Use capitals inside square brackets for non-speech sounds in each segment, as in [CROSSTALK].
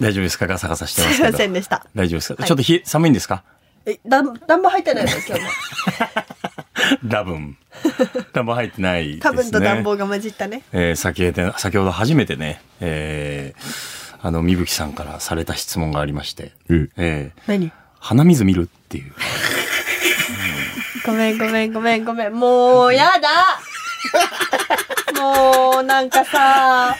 大丈夫ですかガサガサしてますすいけまどせんでした。大丈夫ですか、はいちょっとひ寒いんですかえ、暖暖房入ってないの今日も。多 [LAUGHS] 分暖房入ってないですね多分と暖房が混じったね。えー先ほど先ほど初めてね、えーあの、みぶきさんからされた質問がありまして、うんえー何鼻水見るっていう。ごめんごめんごめんごめん。もうやだもうなんかさ、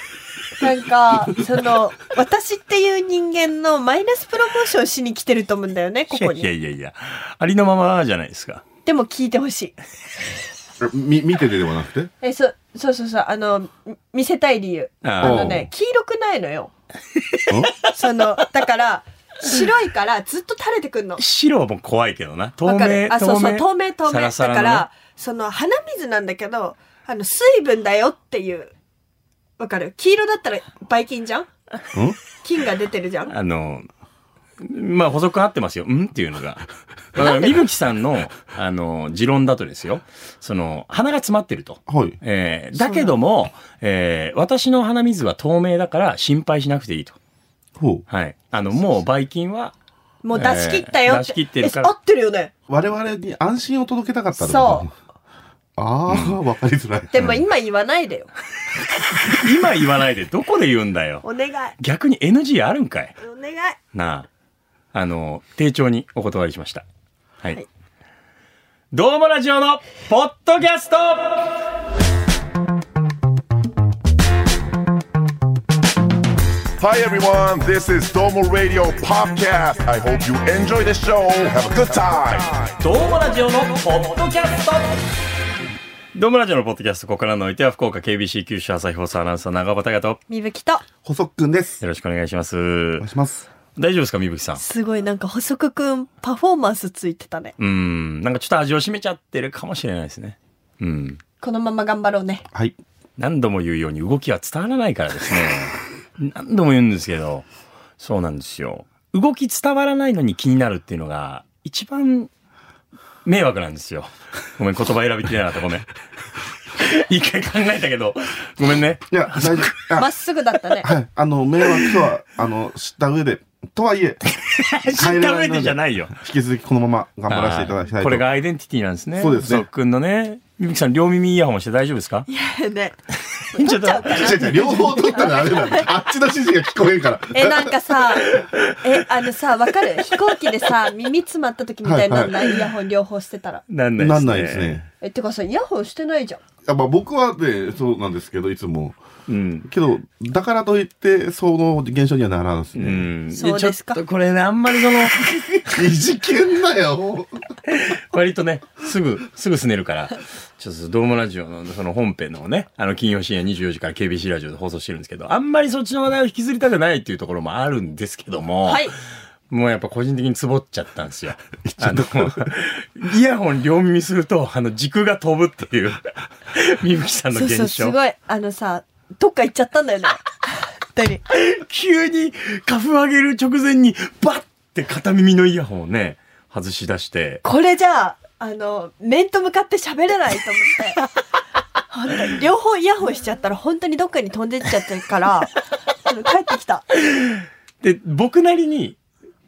なんか、その、私っていう人間のマイナスプロモーションしに来てると思うんだよね、ここいやに。いやいや、ありのままじゃないですか。でも聞いてほしい。み、見ててではなくてえ、そ、そうそうそう、あの、み見せたい理由。ああーのね、黄色くないのよ。その、だから、白いからずっと垂れてくんの。白はもう怖いけどな。透わかる明、あ、そうそう、透明、透明。サラサラだかのねら、その、鼻水なんだけど、あの、水分だよっていう。わかる黄色だったら、ばい菌じゃんん菌が出てるじゃんあの、まあ補足あってますよ。んっていうのが。だから、みぶきさんの、あの、持論だとですよ。その、鼻が詰まってると。はい。えーだけども、えー私の鼻水は透明だから心配しなくていいと。ほう。はい。あの、もう、ばい菌は、もう出し切ったよえー出し切ってるからえ合ってるよね。我々に安心を届けたかった。そうああ、わかりづらい。でも今言わないでよ。今言わないでどこで言うんだよ。お願い。逆に NG あるんかい。お願い。なあ。あの、丁重にお断りしました。はい。はいどうもラジオのポッドキャスト Hi everyone, this is Domo Radio Podcast. I hope you enjoy the show. Have a good time. どうもラジオのポッドキャストどうもラジオのポッドキャスト、ここからのお相手は福岡 KBC 九州朝日放送アナウンサー長畑とみぶきと、細っくんです。よろしくお願いします。お願いします。大丈夫ですか、みぶきさん。すごいなんか、細くくん、パフォーマンスついてたね。うん、なんかちょっと味を占めちゃってるかもしれないですね。うん。このまま頑張ろうね。はい。何度も言うように動きは伝わらないからですね。 [LAUGHS] 何度も言うんですけど、そうなんですよ。動き伝わらないのに気になるっていうのが、一番迷惑なんですよ。ごめん、言葉選びきれなかった、ごめん。 [LAUGHS] 一回考えたけど、ごめんね。いや、大丈夫。まあっすぐだったね。はい。あの、迷惑とは、あの、知った上で、とはいえ、知った上でじゃないよ。引き続きこのまま頑張らせていただきたいと。これがアイデンティティなんですね。そうですねゾックンのね。みゆきさん、両耳イヤホンして大丈夫ですか [LAUGHS] ね。 [LAUGHS] ちょっと、違う違う両方取ったらあれ [LAUGHS] なんだよあっちの指示が聞こえるから。え、なんかさ、え、あのさ、わかる飛行機 [LAUGHS] でさ、耳詰まった時みたいになんない、イヤホン両方してたら。なんないですね。なんないです。ね。え、てかさ、イヤホンしてないじゃん。やっぱ僕はね、そうなんですけど、いつも。うん。けど、だからといって、その現象にはならんですうね。ん、そうですかちょっとこれね、あんまりその、いじけんな [LAUGHS] よ。割とね、すぐ、すぐすねるから、ちょっとドームラジオのその本編のね、あの金曜深夜24時から KBC ラジオで放送してるんですけど、あんまりそっちの話題を引きずりたくないっていうところもあるんですけども、はい。もうやっぱ個人的にツボっちゃったんですよ。 [LAUGHS] あの、イヤホン両耳すると、あの軸が飛ぶって [LAUGHS] いう、みぶきさんのそう現そ象う、。すごい。あのさ、どっか行っちゃったんだよね。本当に。急にカフ上げる直前に、バッって片耳のイヤホンをね、外し出して、これじゃあ、あの、面と向かって喋れないと思って。本当に両方イヤホンしちゃったら本当にどっかに飛んでっちゃってるから、あの帰ってきた。で、僕なりに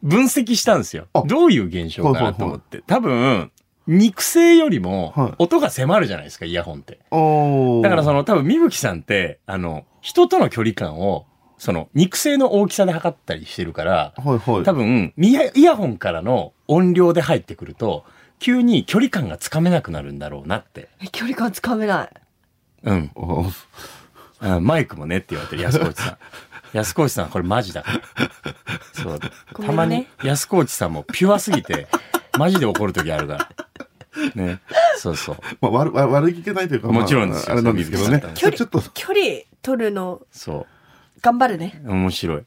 分析したんですよあ。どういう現象かなと思って。多分、肉声よりもはい音が迫るじゃないですか、イヤホンって。おーだからその多分、みぶきさんって、あの、人との距離感を、その、肉声の大きさで測ったりしてるから、はいはい。多分、イヤイヤホンからの音量で入ってくると、急に距離感がつかめなくなるんだろうなって。え距離感つかめない。うん。おーあマイクもねって言われてる、安河内 [LAUGHS] さん。安河内さんはこれマジだから。そう。ごめんねたまに安河内さんもピュアすぎて、マジで怒る時あるから。ね。そうそう。まあ、悪、悪悪気けないというか、もちろんですまよあ、あれなんですけどね。そ距離、ちょっと、距離取るの、そ頑張るね。う。面白い。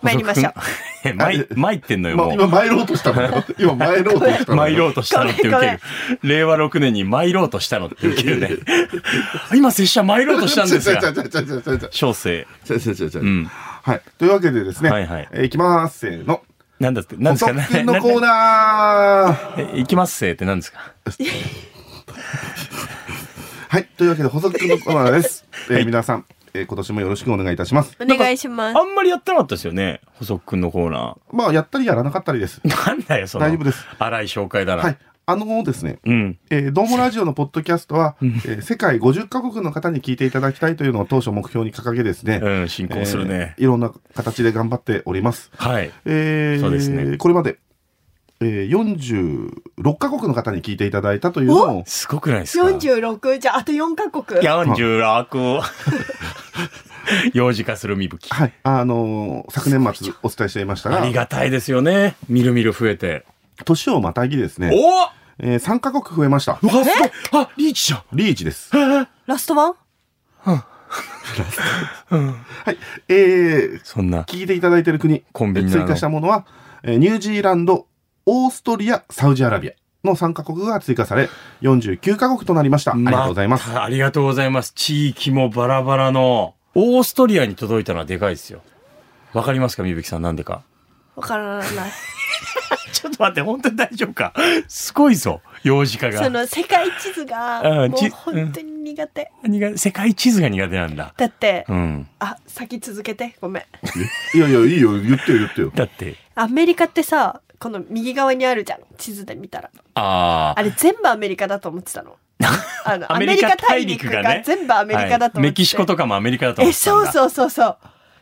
参りましょう細くん。え、参参ってんのよ、まあ、も今う。参ろうとした [LAUGHS] のよ。今参ろうとしたのよ。参ろうとしたのって受ごけめんる。令和6年に参ろうとしたのって受けるね。 [LAUGHS] 今、拙者参ろうとしたんですちゃが。ちゃちゃちゃちゃちゃ小生。ちゃちゃちゃちゃうん。はい。というわけでですね。はいはいえーいきます。せーの。なんだって、なんですか細っくんのなコーナー。な [LAUGHS] えいきますせってなんですか [LAUGHS] はい。というわけで、細っくんのコーナーです。えー皆さん、えー今年もよろしくお願いいたします。お願いしますあんまりやってなかったですよね。細くんのコーナまあ、やったりやらなかったりです。ー。 [LAUGHS] なんだよ、その。大丈夫です。荒い紹介だな。はい。あのーですね、うん。えー、どうもラジオのポッドキャストは、えー世界50カ国の方に聞いていただきたいというのを当初目標に掲げですね、うん、進行するね。えーいろんな形で頑張っております。はい。えーそうですねこれまで、えー、46カ国の方に聞いていただいたというのを、すごくないですか46じゃああと4カ国 ?46。幼児化するみぶき。はい、あのー昨年末お伝えしていましたあがり、がたいですよね。みるみる増えて。年をまたぎですね、おおえー、3カ国増えました。うわ、すごいあ、リーチじゃんリーチです。ラストワンはい、えー、そんな。聞いていただいている国、コンビニなの追加したものは、えーニュージーランド、オーストリア、サウジアラビアの3カ国が追加され、49カ国となりました。ありがとうございます。たありがとうございます。地域もバラバラの。オーストリアに届いたのはでかいですよ。わかりますかみぶきさん、なんでか。わ [LAUGHS] からないちょっと待って、本当に大丈夫か。すごいぞ、幼児化そが。の世界地図あがあもちう本当に苦手苦世界地図が苦手なんだ。だってうん。あ先続けてごめんいやいや、いいよ、言ってよ、言ってよ。だって、アメリカってさこの右側にあるじゃん地図で見たらああれ全部アメリカだと思ってたのあのアアメメリリカカ大大陸陸がねが全部アあ、メリカだはいと思ってて、メキシコとかもアメリカだと思えってたんそうだ。うそうそうそう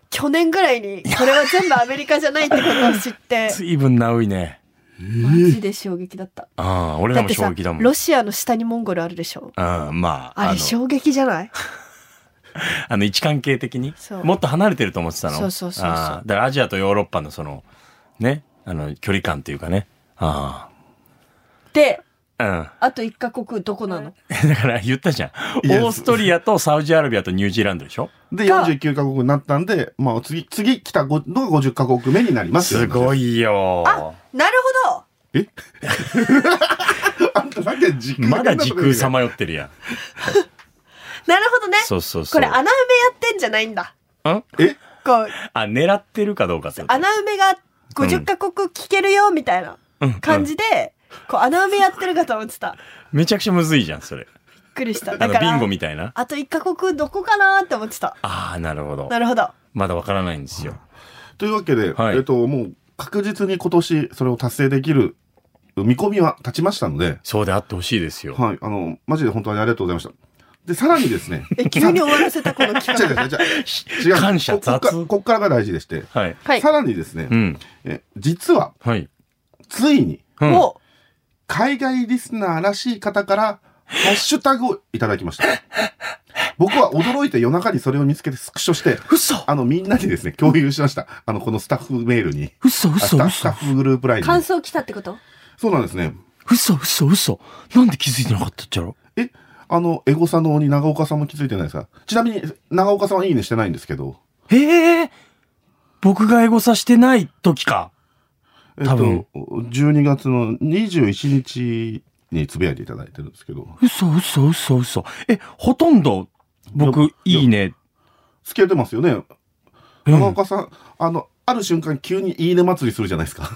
去年ぐらいにこれは全部アメリカじゃないってことを知って随分ナウいね。マジで衝撃だったああ、俺だらもって衝さ撃だもん。ロシアの下にモンゴルあるでしょうん、まあ、ああれの、衝撃じゃないあの位置関係的にそ、うもっと離れてると思ってたの。そうそうそうそうああだからアジアとヨーロッパのその、ね、あの、距離感っていうかね。あであ、うん。 [LAUGHS] あと1カ国どこなのだから言ったじゃん。いやオーストリアとサウジアラビアとニュージーランドでしょで、が49カ国になったんで、まあ、次、次来たごのが50カ国目になりますよ。すご [LAUGHS] いよ。なるほどえあんたさっきは時空まだ時空さ様まよってるやん。なるほどねそうそうそう。これ穴埋めやってんじゃないんだんえこうあ、狙ってるかどうかってこと穴埋めが50カ国聞けるよみたいな感じで、こう穴埋めやってるかと思ってためちゃくちゃむずいじゃん、それ。びっくりしたあだの、かビンらゴみたいな。あと1カ国どこかなって思ってたああ、なるほど。なるほどまだわからないんですよ。というわけで、はいえっと、もう確実に今年それを達成できる見込みは立ちましたので、そうであってほしいですよ。はい、あの、マジで本当にありがとうございました。で、さらにです [LAUGHS] ね、え急に終わらせたこの企違う違う画違う違う感謝ここっか雑こっからが大事でして、はい。はいさらにですね、うん。え実は、はい。ついに、うんも海外リスナーらしい方から、ハッシュタグをいただ [LAUGHS] きました。僕は驚いて夜中にそれを見つけてスクショして、嘘あの、みんなにですね、共有しました。あの、このスタッフメールに。嘘あスタスタッフグループライうン感に。想来たってことそうなんですね。嘘嘘嘘なんで気づいてなかったっちゃろえ、あの、エゴサの鬼、長岡さんも気づいてないですかちなみに、長岡さんはいいねしてないんですけど。ええ僕がエゴサしてない時か。えっと、多分12月の21日につぶやいていただいてるんですけど、嘘嘘嘘嘘え、ほとんど僕よ、いいね。つけてますよね。うん長岡さん、あの、ある瞬間急にいいね祭りするじゃないですか。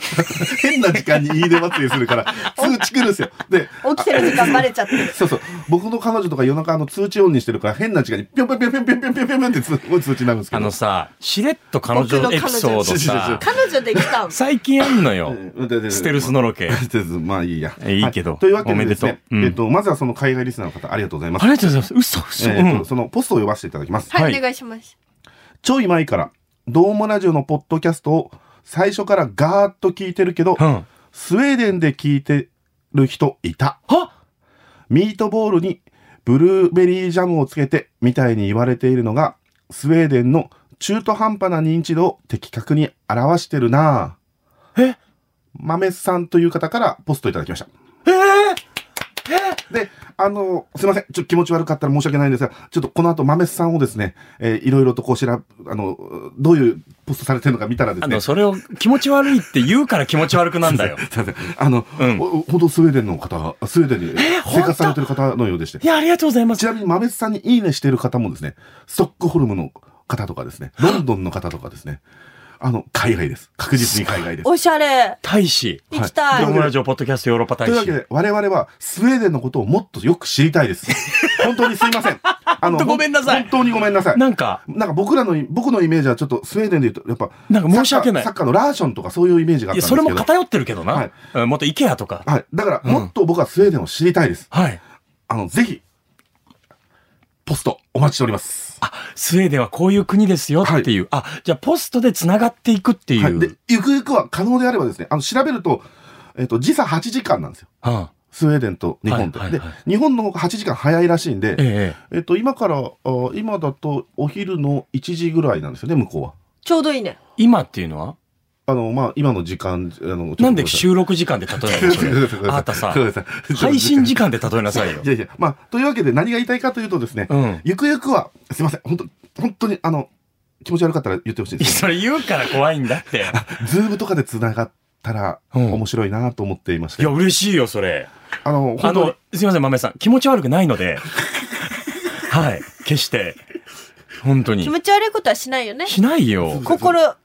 変な時間にいいね祭りするから、通知来るんですよ。で、起きてる時間バレちゃってるそうそう。僕の彼女とか夜中あの通知オンにしてるから変な時間にピョンピョンピョンピョンピョンピョンピョンピョンってすごい通知になるんですけあど。のさ、しれっと彼女のエピソード [LAUGHS] 僕の彼さ女、彼女できたん最近あんのよ。スステルスのロケ。とりあえずまあいいや。えいいけどはというわけでですね、おめでとううんえっと、まずはその海外リスナーの方、ありがとうございます。ありがとうございます。嘘嘘。えっとうそのポストを読ませていただきます。はい、はいお願いしますちょい前から、ドームラジオのポッドキャストを最初からガーッと聞いてるけど、ん。うん。スウェーデンで聞いてる人いた。はミートボールにブルーベリージャムをつけてみたいに言われているのが、スウェーデンの中途半端な認知度を的確に表してるなぁ。えマメさんという方からポストいただきました。ええで、あの、すいません。ちょっと気持ち悪かったら申し訳ないんですが、ちょっとこの後、マメさんをですね、えーいろいろとこう調べ、あの、どういうポストされてるのか見たらであすの、ね、それを気持ち悪いって言うから気持ち悪くなんだ [LAUGHS] よ。すいませんあの、うんお本当スウェーデンの方が、スウェーデンに生活されてる方のようでしてい。や、ありがとうございますち。なみに、豆さ [LAUGHS] んにいいねしてる方もですね、ストックホルムの方とかですね、ロンドンの方とかですね、あの、海外です。確実に海外です。おしゃれ。大使。はい行きたドい。ームラジオポッドキャストヨーロッパ大というわ使け。で、我々はスウェーデンのことをもっとよく知りた [LAUGHS] いです。本当にすいません。あの本当ごめんなさい本当にごめんなさい。なんか、なんか僕らの、僕のイメージはちょっとスウェーデンで言うと、やっぱ、なんか申し訳ないサッカーサッカーのラーションとかそういうイメージがあいったや、んですけそど。れも偏ってるけどな。はいうんもっとイケアとか。はい。だから、もっと僕はスウェーデンを知りたいです。はい。あの、ぜひ、ポストお待ちしております。スウェーデンはこういう国ですよっていう。あ、じゃあポストで繋がっていくっていう。はい。で、ゆくゆくは可能であればですね、あの、調べると、えっ、と、時差8時間なんですよ。うんスウェーデンと日本と。はいはいはいで、日本の方が8時間早いらしいんで、ええ。えっと、今から、あ今だとお昼の1時ぐらいなんですよね、向こうは。ちょうどいいね。今っていうのはあの、まあ、今の時間、あの、なんで収録時間で例えるのそ [LAUGHS] れあなたさ、配信時間間で例えなさいよい。やいや、まあ、というわけで何が言いたいかというとですね、うん。ゆくゆくは、すいません、本当本当に、あの、気持ち悪かったら言ってほしいんです [LAUGHS] それ言うから怖いんだって。けど、ズームとかで繋がったらうん面白いなと思っていま [LAUGHS] しいて、や、嬉しいよ、それ。あの、あ本当の、すいません、豆さん。気持ち悪くないの [LAUGHS] で。はい。決して。本当に気。持ち悪いことはしないよね。しないよ。心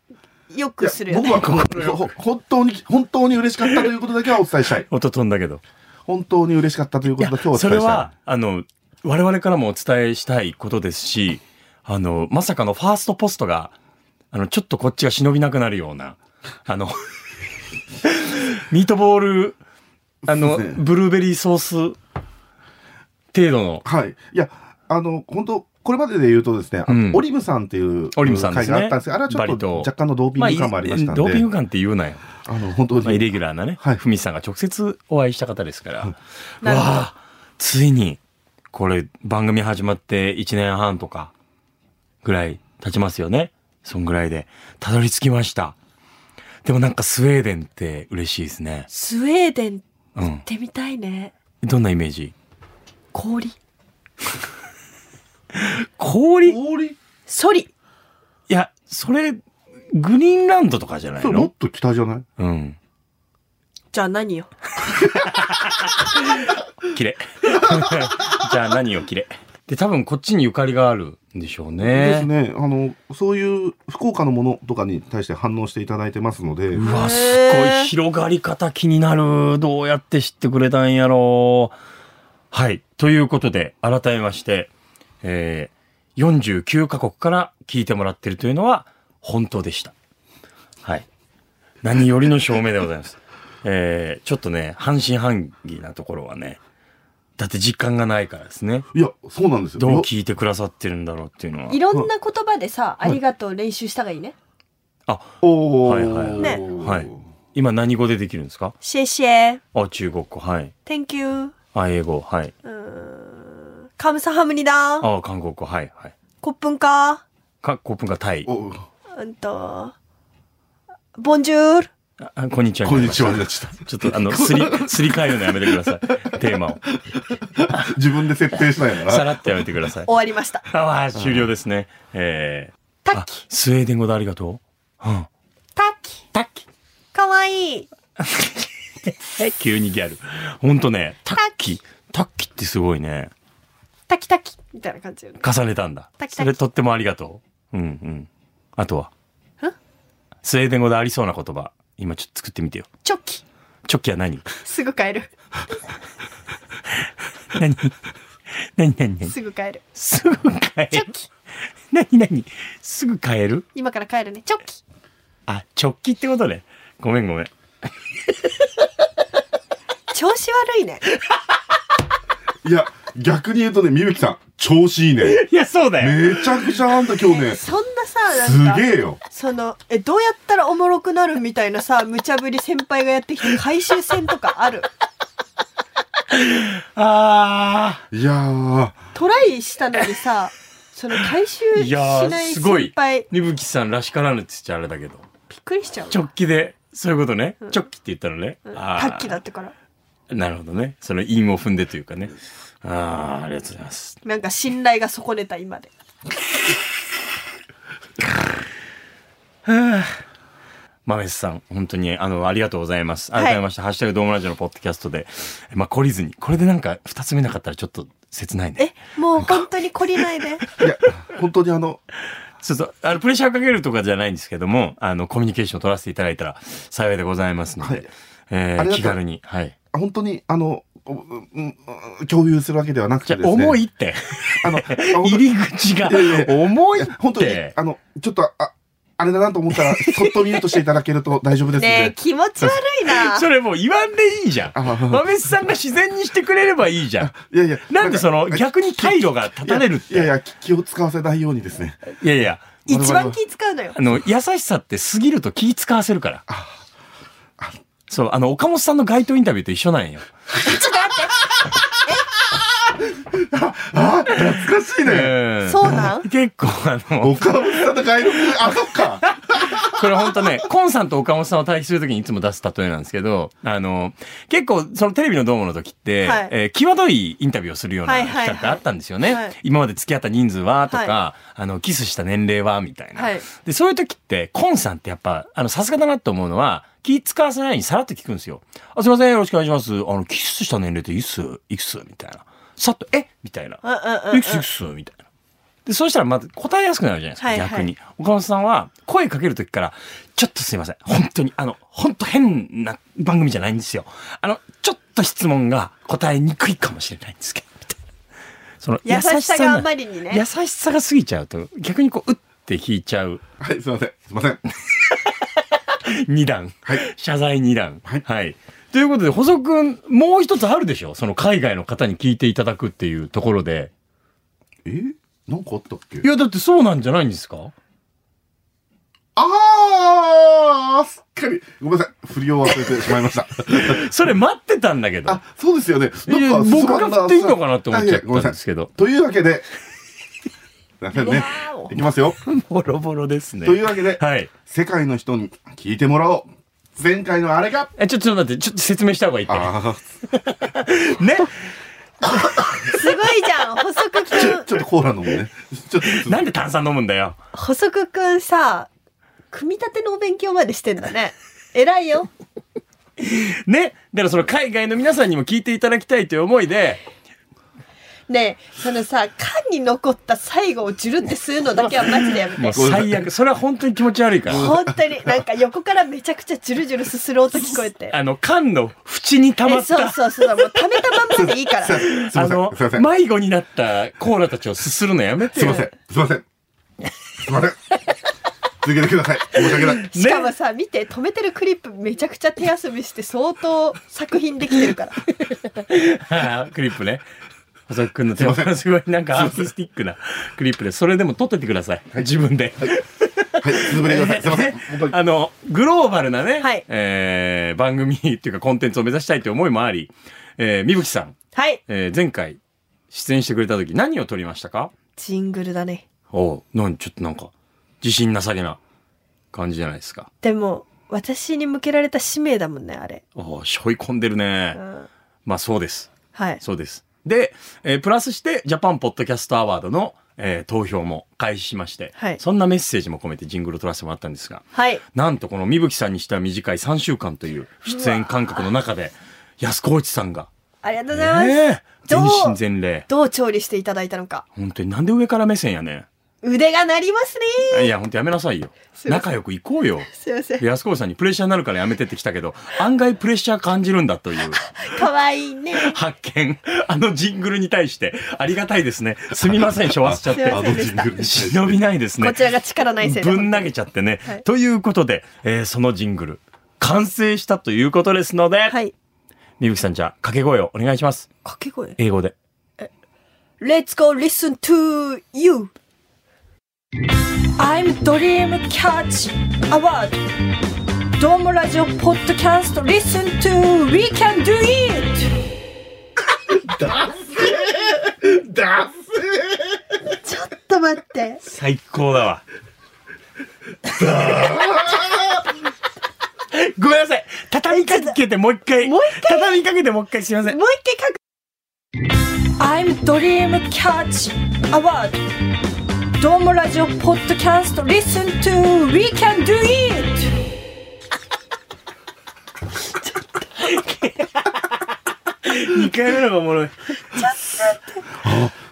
よくするよ僕ね。はほほ本当に、本当に嬉しかったということだけはお伝えしたい。音飛んだけど。本当に嬉しかったといういこやとだけはおそ伝えれしたは、あの、我々からもお伝えしたいことですし、あの、まさかのファーストポストが、あの、ちょっとこっちが忍びなくなるような、あの、ミートボール、あの、そうですねブルーベリーソース程度の、い。はい。いや、あの、本当これまでで言うとですね、あうんのオリムさんっていうオリムさんです会ねがあったんですけど、あれはちバょリっと島若干のドーピング感もありましたんで、ドーピング感って言うなよ。あの、本当まあ、イに、レギュラーなね、はいふみさんが直接お会いした方ですから、わなるほどあ、ついに、これ、番組始まって1年半とか、ぐらい経ちますよね。そんぐらいで、たどり着きました。でもなんかスウェーデンって嬉しいですね。スウェーデン行うんっ。てみたいね。どんなイメージ氷。氷い氷ソリ。や、それ、グリーンランドとかじゃないそれものっと北じゃないうん。じゃあ何よ。綺 [LAUGHS] 麗。じゃあ何を綺麗。で、多分こっちにゆかりがあるんでしょうね。ですね。あの、そういう福岡のものとかに対して反応していただいてますので、うへわ、ー。すごい広がり方気になる。どうやって知ってくれたんやろう。はい。ということで、改めまして、えー、49カ国から聞いてもらってるというのは本当でした。はい。何よりの証明でございます。えー、ちょっとね、半信半疑なところはね、だって実感がないからですね。いや、そうなんですよ。どうよ聞いてくださってるんだろうっていうのはいろんな言葉でさ、ありがとう練習したがいいね。あ、おーはいはいはいねはい今何語でできるんですかシェシェ。あ、中国語、はい。 Thank you. あ、英語、はい。カムサハムニダー。あ、韓国語、はい、はい。コップンカか、コップンがタイ。おーー。うんと。ボンジュール。ああこんにちは。こんにちは。 [LAUGHS] ちょっちょっとあの、すり、すり替えるのやめてください。テーマを。と自分で設定したんやかさら。らっとやめてください終。わりました。あわー終了ですね。えター、あッキ、スウェーデン語でありがとう。うん。タッキ。タッキ。かわいい。え、急にギャル。ほんとね、タッキ。タッキってすごいね。タキタキ。みたいな感じよね。重ねたんだ。タキそタキれとってもありがとう。うんうん。あとは。スウェーデン語でありそうな言葉。今ちょっと作ってみてよ。チョキ。チョッキは何すぐ帰る。何何何何すぐ帰る。すぐ帰チるョ。キ。何何すぐ帰る今から帰るね。チョキ。あ、直帰ってことね。ごめんごめん。調子悪 [LAUGHS] いね。いや、逆に言うとね、みゆきさん、調子いいね。いや、そうだよ。めちゃくちゃあんた今日ね、すそんなさ、なんか。げえよ。そのえどうやったらおもろくなるみたいなさ無茶ぶり先輩がやってきて回収戦とかあるあいやー、トライしたのにさその回収ー。いしやなー、いすご先い輩。みぶきさんらしからぬって言っちゃあれだけど。びっくりしちゃう直帰で、そういうことね。直帰って言ったのね。あータッキーだってからなるほどね。その韻を踏んでというかね。あー、ありがとうございます。なんか信頼が損ねた今でマメスさん、本当に、あの、ありがとうございます。改めまして、ハッシュタグドームラジオのポッドキャストで、まあ、懲りずに。これでなんか、二つ目なかったらちょっと切ないね。えもう本当に懲りないでいや、本当にあの、そうそう。あの、プレッシャーかけるとかじゃないんですけども、あの、コミュニケーションを取らせていただいたら幸いでございますので、はいえあー、りがとう気軽に。はい。本当に、あの、こううんうん共有するわけではなじくてゃであ、すね。重いって。あの、入り口がいやいやいや重いっ本当にて、。あの、ちょっと、あ、あれだなと思ったら、そっとミュートしていただけると大丈夫ですのねえ、で。気持ち悪 [LAUGHS] いな。それもう言わんでいいじゃん。あまめさんが自然にしてくれればいいじゃん。いやいや。なんでその逆に態度が立たれるって。いやいや、気気を使わせないようにですね。いやいや。一番気使うのよあ。の、優しさって過ぎると気使わせるから。そう、あの、岡本さんの街頭インタビューと一緒なんよ。あ懐かしいね。うんそうなん結構、あの、岡本さんの外録、あ、そっか。 [LAUGHS] これ本当ね、コンさんと岡本さんを対比するときにいつも出す例えなんですけど、あの、結構そのテレビのドームの時って、はいえー際どいインタビューをするようなはい企はいはい画があったんですよね。はい今まで付き合った人数はとか、はあの、キスした年齢はみたいな。はいで、そういう時って、コンさんってやっぱ、あの、さすがだなと思うのは、気使わせないようにさらっと聞くんですよ。あ、すいません、よろしくお願いします。あの、キスした年齢っていくついくつみたいな。さっと、えみたいな。うんうんうん [LAUGHS] うんいくついくつみたいな。で、そうしたらまず答えやすくなるじゃないですか、はいはい逆に。岡本さんは声かけるときから、ちょっとすいません。本当に、あの、本当変な番組じゃないんですよ。あの、ちょっと質問が答えにくいかもしれないんですけど、みたいな。その優しさががあまりに優ね。しさが過ぎちゃうと、逆にこう、うって引いちゃう。はい、すいません。すいません。二段。 [LAUGHS] はい謝罪二段。はいということで、細くん、もう一つあるでしょその海外の方に聞いていただくっていうところで。えなんかあったっけいや、だってそうなんじゃないんですかあー、すっかり。ごめんなさい。振りを忘れてしまい [LAUGHS] ました。それ待ってたんだけど。あ、そうですよね。いやなんか僕が振っていいのかなって思っちゃっごめんたんなでさすけどい。。というわけ [LAUGHS] で、すいませんねわーお。いきますよ。ボロボロですねというわけで、はい。世界の人に聞いてもらおう。前回のあれが、え、ちょっとちょっと待って、ちょっと説明した方がいいって。あーね。すごいじゃん。細くくん、ちょっとコーラ飲むね。ちょっと、なんで炭酸飲むんだよ。細くくんさ、組み立てのお勉強までしてんだね。偉いよ。ね。だからその海外の皆さんにも聞いていただきたいという思いで、ねえ、そのさ、缶に残った最後をジュルって吸うのだけはマジでやめもうて。最悪。それは本当に気持ち悪いから。本当に、なんか横からめちゃくちゃジュルジュルすする音聞こえて。あの、缶の縁に溜まえった。そうそうそう、もう溜めたまんまでいいから。すいません。すいません。迷子になったコーラたちをすするのやめてすいよません。すいません。すいません。続けてください。申し訳ない。しかもさ、見て、止めてるクリップめちゃくちゃ手遊びして相当作品できてるから。はいクリップね。細く君の手元がすごいなんかアーティスティックなクリップで、それでも撮っててください。自分で。はい、続けてください。すいません。[LAUGHS] 本当に。あの、グローバルなね、はいえー番組っていうかコンテンツを目指したいという思いもあり、えー、みぶきさん、はい。えー前回出演してくれた時何を撮りましたかジングルだね。おう、なん、ちょっとなんか、自信なさげな感じじゃないですか。でも、私に向けられた使命だもんね、あれ。おう、しょい込んでるね。んまあそうです。はい。そうです。で、えープラスして、ジャパンポッドキャストアワードの、えー投票も開始しまして、はいそんなメッセージも込めてジングルを撮らせてもらったんですが、はい。なんとこのみぶきさんにしては短い3週間という出演間隔の中で、安河内さんが、ありがとうございます。ねえどう全身全霊。どう調理していただいたのか。本当になんで上から目線やね腕が鳴りますね。ん。いや、本当やめなさいよ。すいません仲良く行こうよ。すいません。安河内さんにプレッシャーになるからやめてってきたけど、案外プレッシャー感じるんだと [LAUGHS] いう。かわいいね。発見。あのジングルに対して、ありがたいですね。すみません、しょわせちゃっすいまて。せんでした。忍びないですねこ。ちらが力ないせいで。ぶん投げちゃってね。はいということで、えーそのジングル、完成したということですので、はい。みぶきさんじゃあ、掛け声をお願いします。掛け声。英語で。 Let's go listen to you. I'm Dream Catch Award. ドームラジオポッドキャスト Listen to We Can Do [LAUGHS] It! だちょっと待って。最高だわ。 [LAUGHS] ごめんなさい。畳みかけてもう一回。もう一回畳みかけてもう一回すいません。もう一回書く。I'm Dream Catch Award. ドームラジオポッドキャスト Listen to We Can Do It! 二回目のがおもろい。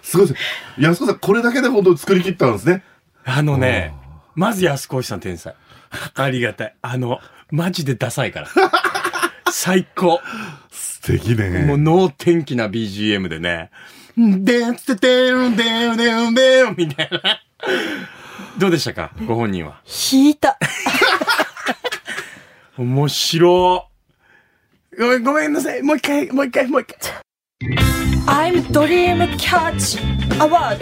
すごいです。安子さん、これだけで本当に作り切ったんですね。あのね、まず安子おじさん天才。ありがたい。あの、マジでダサい [LAUGHS] から。最高。素敵もうね。能天気な BGM でね。でんつててんでんでんでんみたいな。どうでしたかご本人は。引いた。面白い。ごめん、ごめんなさい。もう一回、もう一回、もう一回。 I'm Dream Catch Award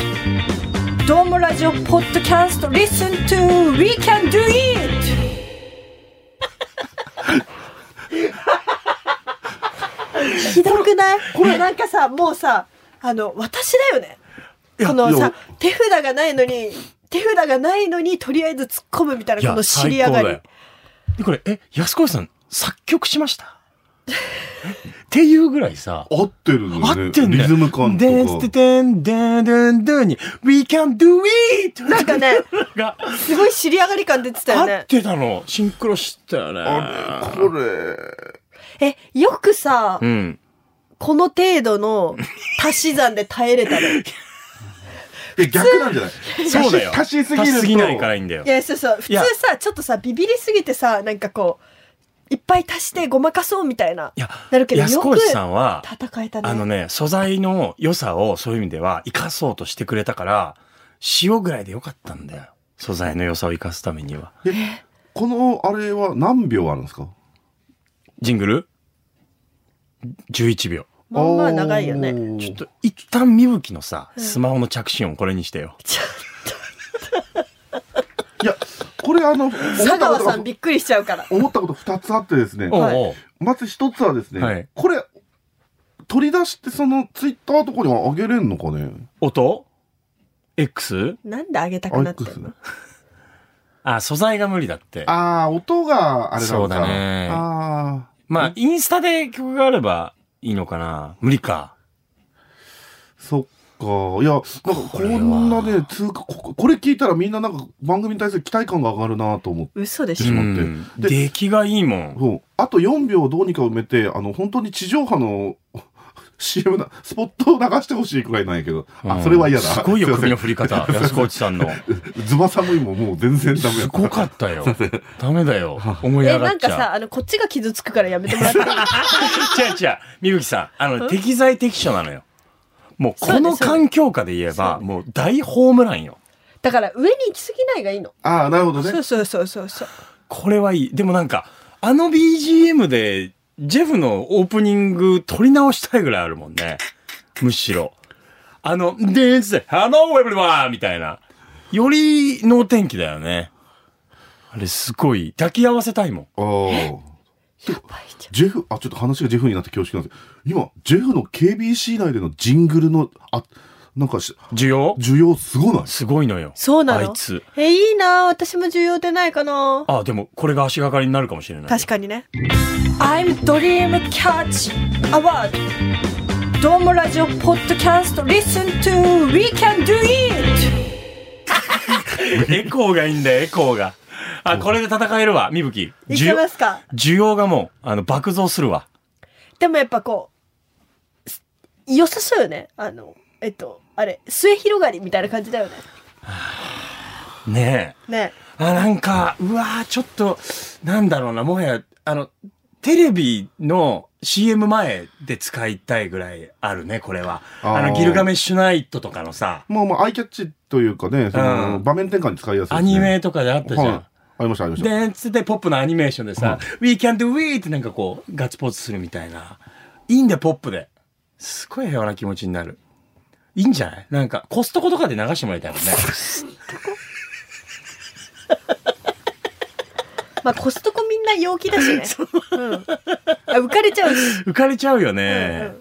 ドームラジオポッドキャスト Listen to We Can Do It [LAUGHS] ひどくないこれなんかさもうさあの私だよねこのいやさ手札がないのに手札がないのにとりあえず突っ込むみたいなこの知り最上高がだりよ。で、これ、え、安子さん、作曲しましたえっていうぐらいさ、合ってるの合ね。ってんだよ。リズム感とでんつてか。てんでんでんでんに、We can do it! なんかねが、すごい知り上がり感出てたよ合 [LAUGHS] っねてたの。シンクロしたよあね。れ、これ。えよくさうん。この程度の足し算で耐え [LAUGHS] れたね。いや、逆なんじゃないそうだよ。足し足しすぎると足しすぎないからいいんだよい。や、そうそう。普いや通さ、ちょっとさ、ビビりすぎてさ、なんかこう、いっぱい足してごまかそうみたいな。いや、なるけど、安よ子くさんは、戦えたね。あのね、素材の良さをそういう意味では生かそうとしてくれたから、塩ぐらいで良かったんだよ。素材の良さを生かすためには。えこのあれは何秒あるんですかジングル ?11 秒。まあまあ長いよおね。ーちょっと一旦みぶきのさ、スマホの着信音これにしてよ。ちょいや、これあの、思っ佐た川ことさがんびっくりしちゃうから。思ったこと二つあってですね。おうはいおうまず一つはですね、はいこれ、取り出してそのツイッターとかに上げれんのかね音 ?X? なんであげたくあなれってるのあ、素材が無理だって。あー、音があれなそのうか。だねあー、まあ、インスタで曲があればいいのかな無理か。そっか。いや、なんかこんなね、通過、ここれ聞いたらみんななんか番組に対する期待感が上がるなと思って。嘘でしちょょ。っと待ってうんで出来がいいもん。そうあと4秒どうにか埋めて、あの、本当に地上波の [LAUGHS] CM な、スポットを流してほしいくらいなんやけど。うあ、んそれは嫌だ。すごいよ、すませ首んの振り方。安子内さんの。ズバ寒いももう全然ダメすごかったよ。ダメだよ。思いえ、上がなっんちかゃう。さ、あの、こっちが傷つくからやめてもらっていい違う違う。みぶきさん、あの、適材適所なのよ。もう、こそうのですそうです環境下で言えば、もう大ホームランよ。だから、上に行き過ぎないがいいの。ああ、なるほどそねう。そうそうそうそう。これはいい。でもなんか、あの BGM で、ジェフのオープニング撮り直したいぐらいあるもんね。むしろ。あの、でーす、Hello everyone! みたいな。より能天気だよね。あれすごい。抱き合わせたいもん。ああ。やばいじジェフ、あ、ちょっと話がジェフになって恐縮なんですけど今、ジェフの KBC 内でのジングルの、あ、なんかし、需要需要すごないすごいのよ。そうなのあいつ。ゃん。え、いいな私も重要でないかなあ、でもこれが足がかりになるかもしれない。確かにね I'm Dream Catch Award ドームラジオポッドキャスト Listen to We Can Do It エコーがいいんだよ、エコーが。あ、これで戦えるわ、みぶき。いけますか需要がもう、あの、爆増するわ。でもやっぱこうす良さそうよねあのえっとあれ末広がりみたいな感じだよねねねえ。あ、なんか、うわーちょっと、なんだろうな、もはや、あの、テレビの CM 前で使いたいぐらいあるね、これは。ああの、ーギルガメッシュナイトとかのさ、まあまあ、アイキャッチというかね、その、うん場面転換に使いやすいアですね、ニメとかであったじゃん。はい。ありました、ありました。で、つってポップのアニメーションでさ、We can do it! ってなんかこう、ガッツポーズするみたいな。いいんだよ、ポップで。すごい平和な気持ちになる。いいんじゃないなんか、コストコとかで流してもらいたいもんね。まあコストコみんな陽気だし [LAUGHS] ねうん、あ浮かれちゃうし浮かれちゃうよね。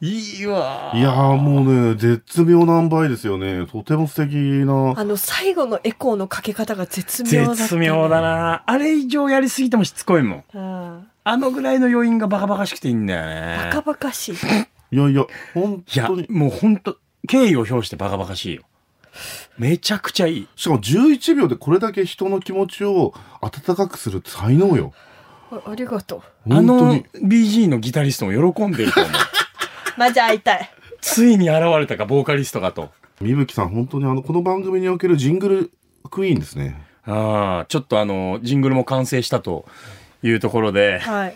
いいわ。いやーもうね、絶妙何倍ですよね。とても素敵な。あの最後のエコーのかけ方が絶妙だったね、絶妙だな。あれ以上やりすぎてもしつこいもん。うんあのぐらいの余韻がバカバカしくていいんだよね。バカバ [LAUGHS] カしいいやいや、本いや当に、。もうほんと、敬意を表してバカバカしいよ。めちゃくちゃいい。しかも11秒でこれだけ人の気持ちを温かくする才能よ。あありがとうあ本当のに。 BG のギタリストも喜んでると思う。マジ会いたいついに現れたか、ボーカリストがと。みぶきさん、本当にあの、この番組におけるジングルクイーンですね。ああ、ちょっとあの、ジングルも完成したというところで、はい。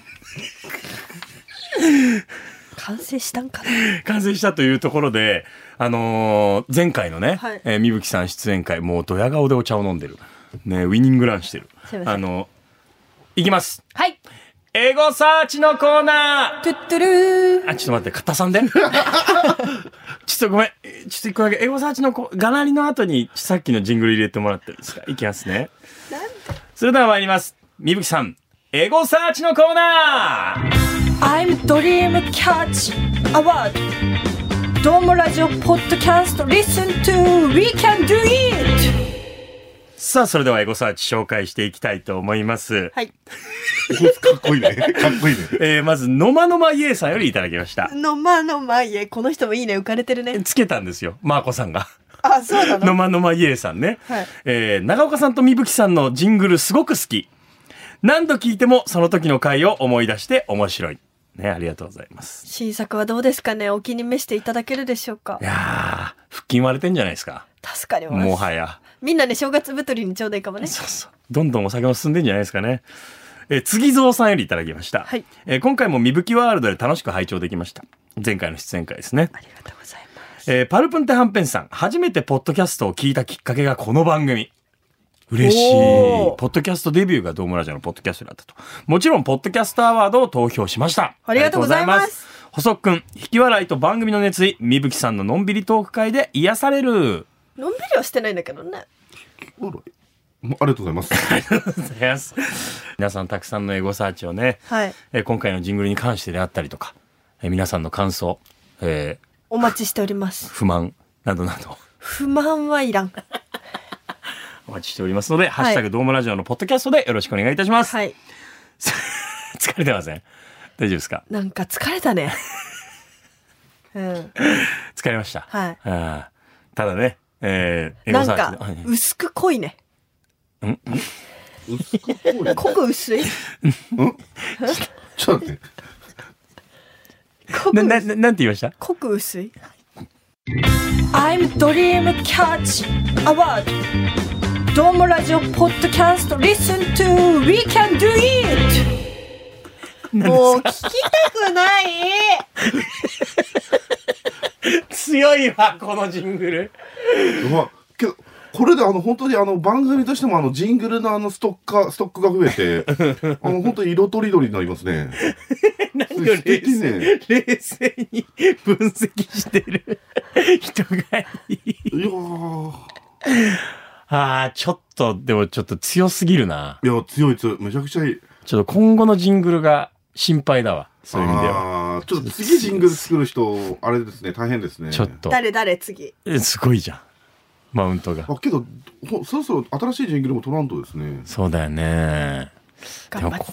完成したんかな。完成したというところで、あのー前回のね、はいえー、みぶきさん出演会、もうドヤ顔でお茶を飲んでる。ね、ウィニングランしてるすい。ませんあの、いきます。はい。エゴサーチのコーナトゥットゥルー。ーあ、ちょっと待って、カッタさんで。 [LAUGHS] ちょっとごめん、えちょっと一個だけ、エゴサーチのコがなりの後に、さっきのジングル入れてもらっていいですかいきますね。それでは参ります。みぶきさん、エゴサーチのコーナー I'm Dream Catch Award どうもラジオポッドキャスト Listen to We Can Do It さあ、それではエゴサーチ紹介していきたいと思います。はいかっこい [LAUGHS] いね。かっこいいね。えー、まず、のまのまイエーさんよりいただきました。のまのまいえこの人もいいね浮かれてるねつけたんですよ、マーコさんが。あそうなのまのまイエーさんね。はいえー、長岡さんとみぶきさんのジングルすごく好き。何度聞いてもその時の回を思い出して面白い。ね、ありがとうございます。新作はどうですかねお気に召していただけるでしょうかいやー、腹筋割れてんじゃないですか。助かりますもはや。みんなね正月太りにちょうどいいかもねそうそう。どんどんお酒も進んでんじゃないですかね。えー、次蔵さんよりいただきました。はいえー今回もみぶきワールドで楽しく拝聴できました。前回の出演会ですね。ありがとうございますえーパルプンテハンペンさん、初めてポッドキャストを聞いたきっかけがこの番組。嬉しい。おーポッドキャストデビューがドームラジオのポッドキャストだったと。もちろん、ポッドキャストアワードを投票しました。ありがとうございますありがとうございます。補足くん、引き笑いと番組の熱意、みぶきさんののんびりトーク会で癒され [LAUGHS] る。のんびりはしてないんだけどねあらもうありがとうござい [LAUGHS] ます。皆さんたくさんのエゴサーチをね、はいえー今回のジングルに関してであったりとか、えー皆さんの感想、えーお待ちしております不満などなど。不満はいらんお待ちしておりますので、ハッシュタグドームラジオのポッドキャストでよろしくお願いいたします。はい [LAUGHS] 疲れてません大丈夫ですかなんか疲れた [LAUGHS] ねうん疲れました。はいあーただね、えー、エなゴんサーかチではい薄く濃いね。薄く濃い濃く薄い。ちょっと待って。濃くな、薄な、い。ななんて言いました濃く薄い。I'm Dream Catch Award どうもラジオポッドキャスト Listen to We Can Do It もう聞きたくない強いわ、このジングル。うわけどこれであの本当にあの番組としてもあのジングルのあのストッカーストックが増え [LAUGHS] てあの本当に色とりどりになりますね。何を素冷敵静,、ね。冷静に分析してる人がいい。いやーああ、ちょっと、でもちょっと強すぎるな。いや強い強いめちゃくちゃいい。ちょっと今後のジングルが心配だわ。そういう意味では。あーちょっと次ジングル作る人あれですね大変ですね。ちょっと。誰誰次。えすごいじゃん。マウントが。あけどほそろそろ新しいジングルもトランとですね。そうだよね。頑張って。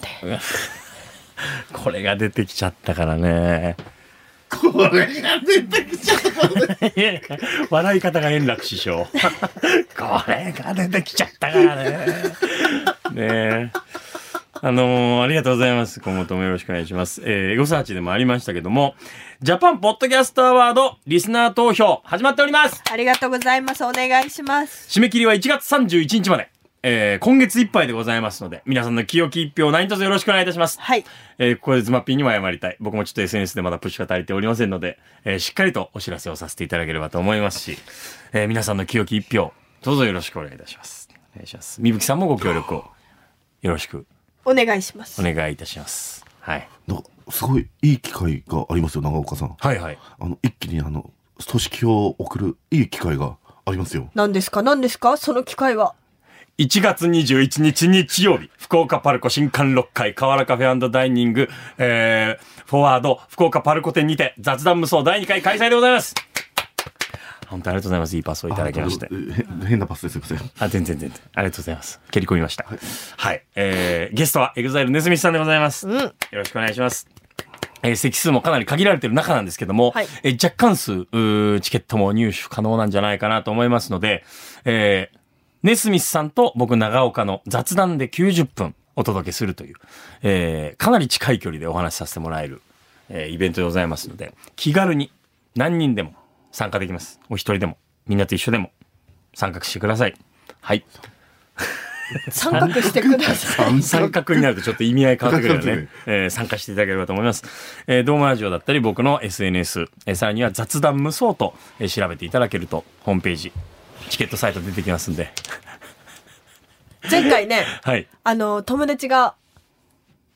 これが出てきちゃったからね。これが出てきちゃった。 [LAUGHS] 笑い方が円楽師匠。 [LAUGHS] これが出てきちゃったからね。ねえ。あのーありがとうございます。今後ともよろしくお願いします。えーエゴサーチでもありましたけども、ジャパンポッドキャストアワードリスナー投票始まっておりますありがとうございます。お願いします。締め切りは1月31日まで、えー今月いっぱいでございますので、皆さんの清き一票を何卒よろしくお願いいたします。はい。えーここでズマッピーにも謝りたい。僕もちょっと SNS でまだプッシュが足りておりませんので、えーしっかりとお知らせをさせていただければと思いますし、えー皆さんの清き一票、どうぞよろしくお願いいたします。お願いします。みぶきさんもご協力をよろしくお願いしまおす。願いいたします。はい。なんかすごいいい機会がありますよ長岡さん。はいはい。あの一気にあの組織を送るいい機会がありますよ。何ですか何ですかその機会は。 1月21日日曜日、福岡パルコ新館6階、河原カフェダイニング、えー、フォワード、福岡パルコ店にて雑談無双第2回開催でございます。本当ありがとうございます。いいパスをいただきましてあ。どうぞえ変なパスですいません。あ、全然全然。ありがとうございます。蹴り込みました。はい。えー、ゲストはエグザイルネスミスさんでございます。うんよろしくお願いします。えー席数もかなり限られてる中なんですけども、はいえー若干数、うーチケットも入手可能なんじゃないかなと思いますので、えーネスミスさんと僕長岡の雑談で90分お届けするという、えーかなり近い距離でお話しさせてもらえる、えーイベントでございますので、気軽に何人でも参加できます。お一人でも、みんなと一緒でも参画してください。はい。三角してください。三角になるとちょっと意味合い変わってくるよ三ね。えー参加していただければと思います。えー、ドームラジオだったり僕の SNS、えーさらには雑談無双と、えー調べていただけると、ホームページ、チケットサイト出てきますんで。前回ね、はい。あの、友達が、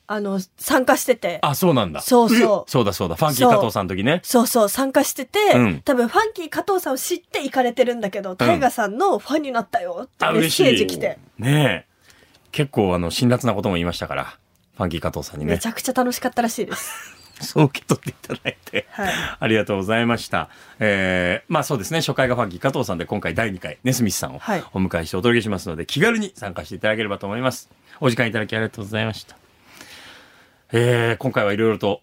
あの、参加してて。あ、そうなんだ。そうそう。そうだそうだ。ファンキー加藤さんの時ね。そうそう、参加してて、うん多分ファンキー加藤さんを知って行かれてるんだけど、タイガさんのファンになったよってあ、メッ嬉しい。セージ来て、ねえ。結構あの、辛辣なことも言いましたから。ファンキー加藤さんにめねち。ゃくちゃ楽しかったらしいです。そう受け取っていただいて。はい。ありがとうございました。えー、まあそうですね、初回がファンキー加藤さんで、今回第2回、ネスミスさんをはいお迎えしてお届けしますので、気軽に参加していただければと思います。お時間いただきありがとうございました。えー、今回はいろいろと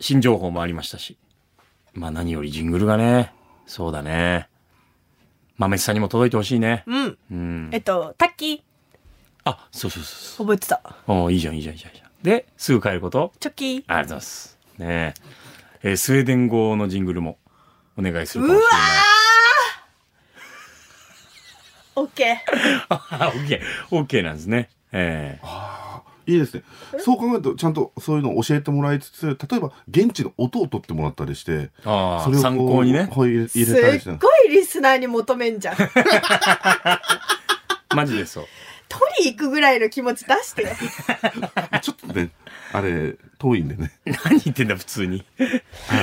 新情報もありましたし、まあ何よりジングルがね、そうだね。豆さんにも届いてほしいね。うん。うん。えっと、タッキあ、そうそうそうー、覚えてた。そう。おーいいじゃん、いいじゃん、いいじゃんいいじゃん。で、すぐ帰ることチョキー。ありがとうございます。ねえ。えースウェーデン語のジングルもお願いするうかわもしーれない。 [LAUGHS] オッケー。あ、 [LAUGHS] オッケー、オッケーなんですね。ええ [LAUGHS] いいですね。そう考えると、ちゃんとそういうのを教えてもらいつつ、例えば現地の音を取ってもらったりして、あそれあ、を参考にね。こう入れ入れたりしすてっ。ごいリスナーに求めんじゃん。取マジでそう。 [LAUGHS] り行くぐらいの気持ち出してよ。ちょっとね、あれ、遠いんでね。何言ってんだ、普通 [LAUGHS] に。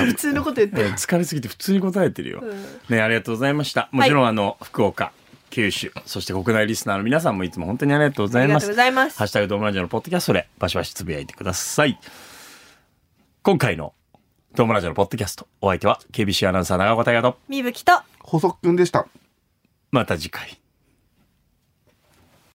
普通のこと言ってる。疲れすぎて普通に答えてるよ。うんね、ありがとうございました。もちろん、あの、福岡、九州、そして国内リスナーの皆さんもいつも本当にありがとうござあいりまがす。とうございますハッ。シュタグドームラジオのポッドキャストでバシバシつぶやいてください。今回のドームラジオのポッドキャスト、お相手は KBC アナウンサー長岡大和と、みぶきと。細くんでした。また次回。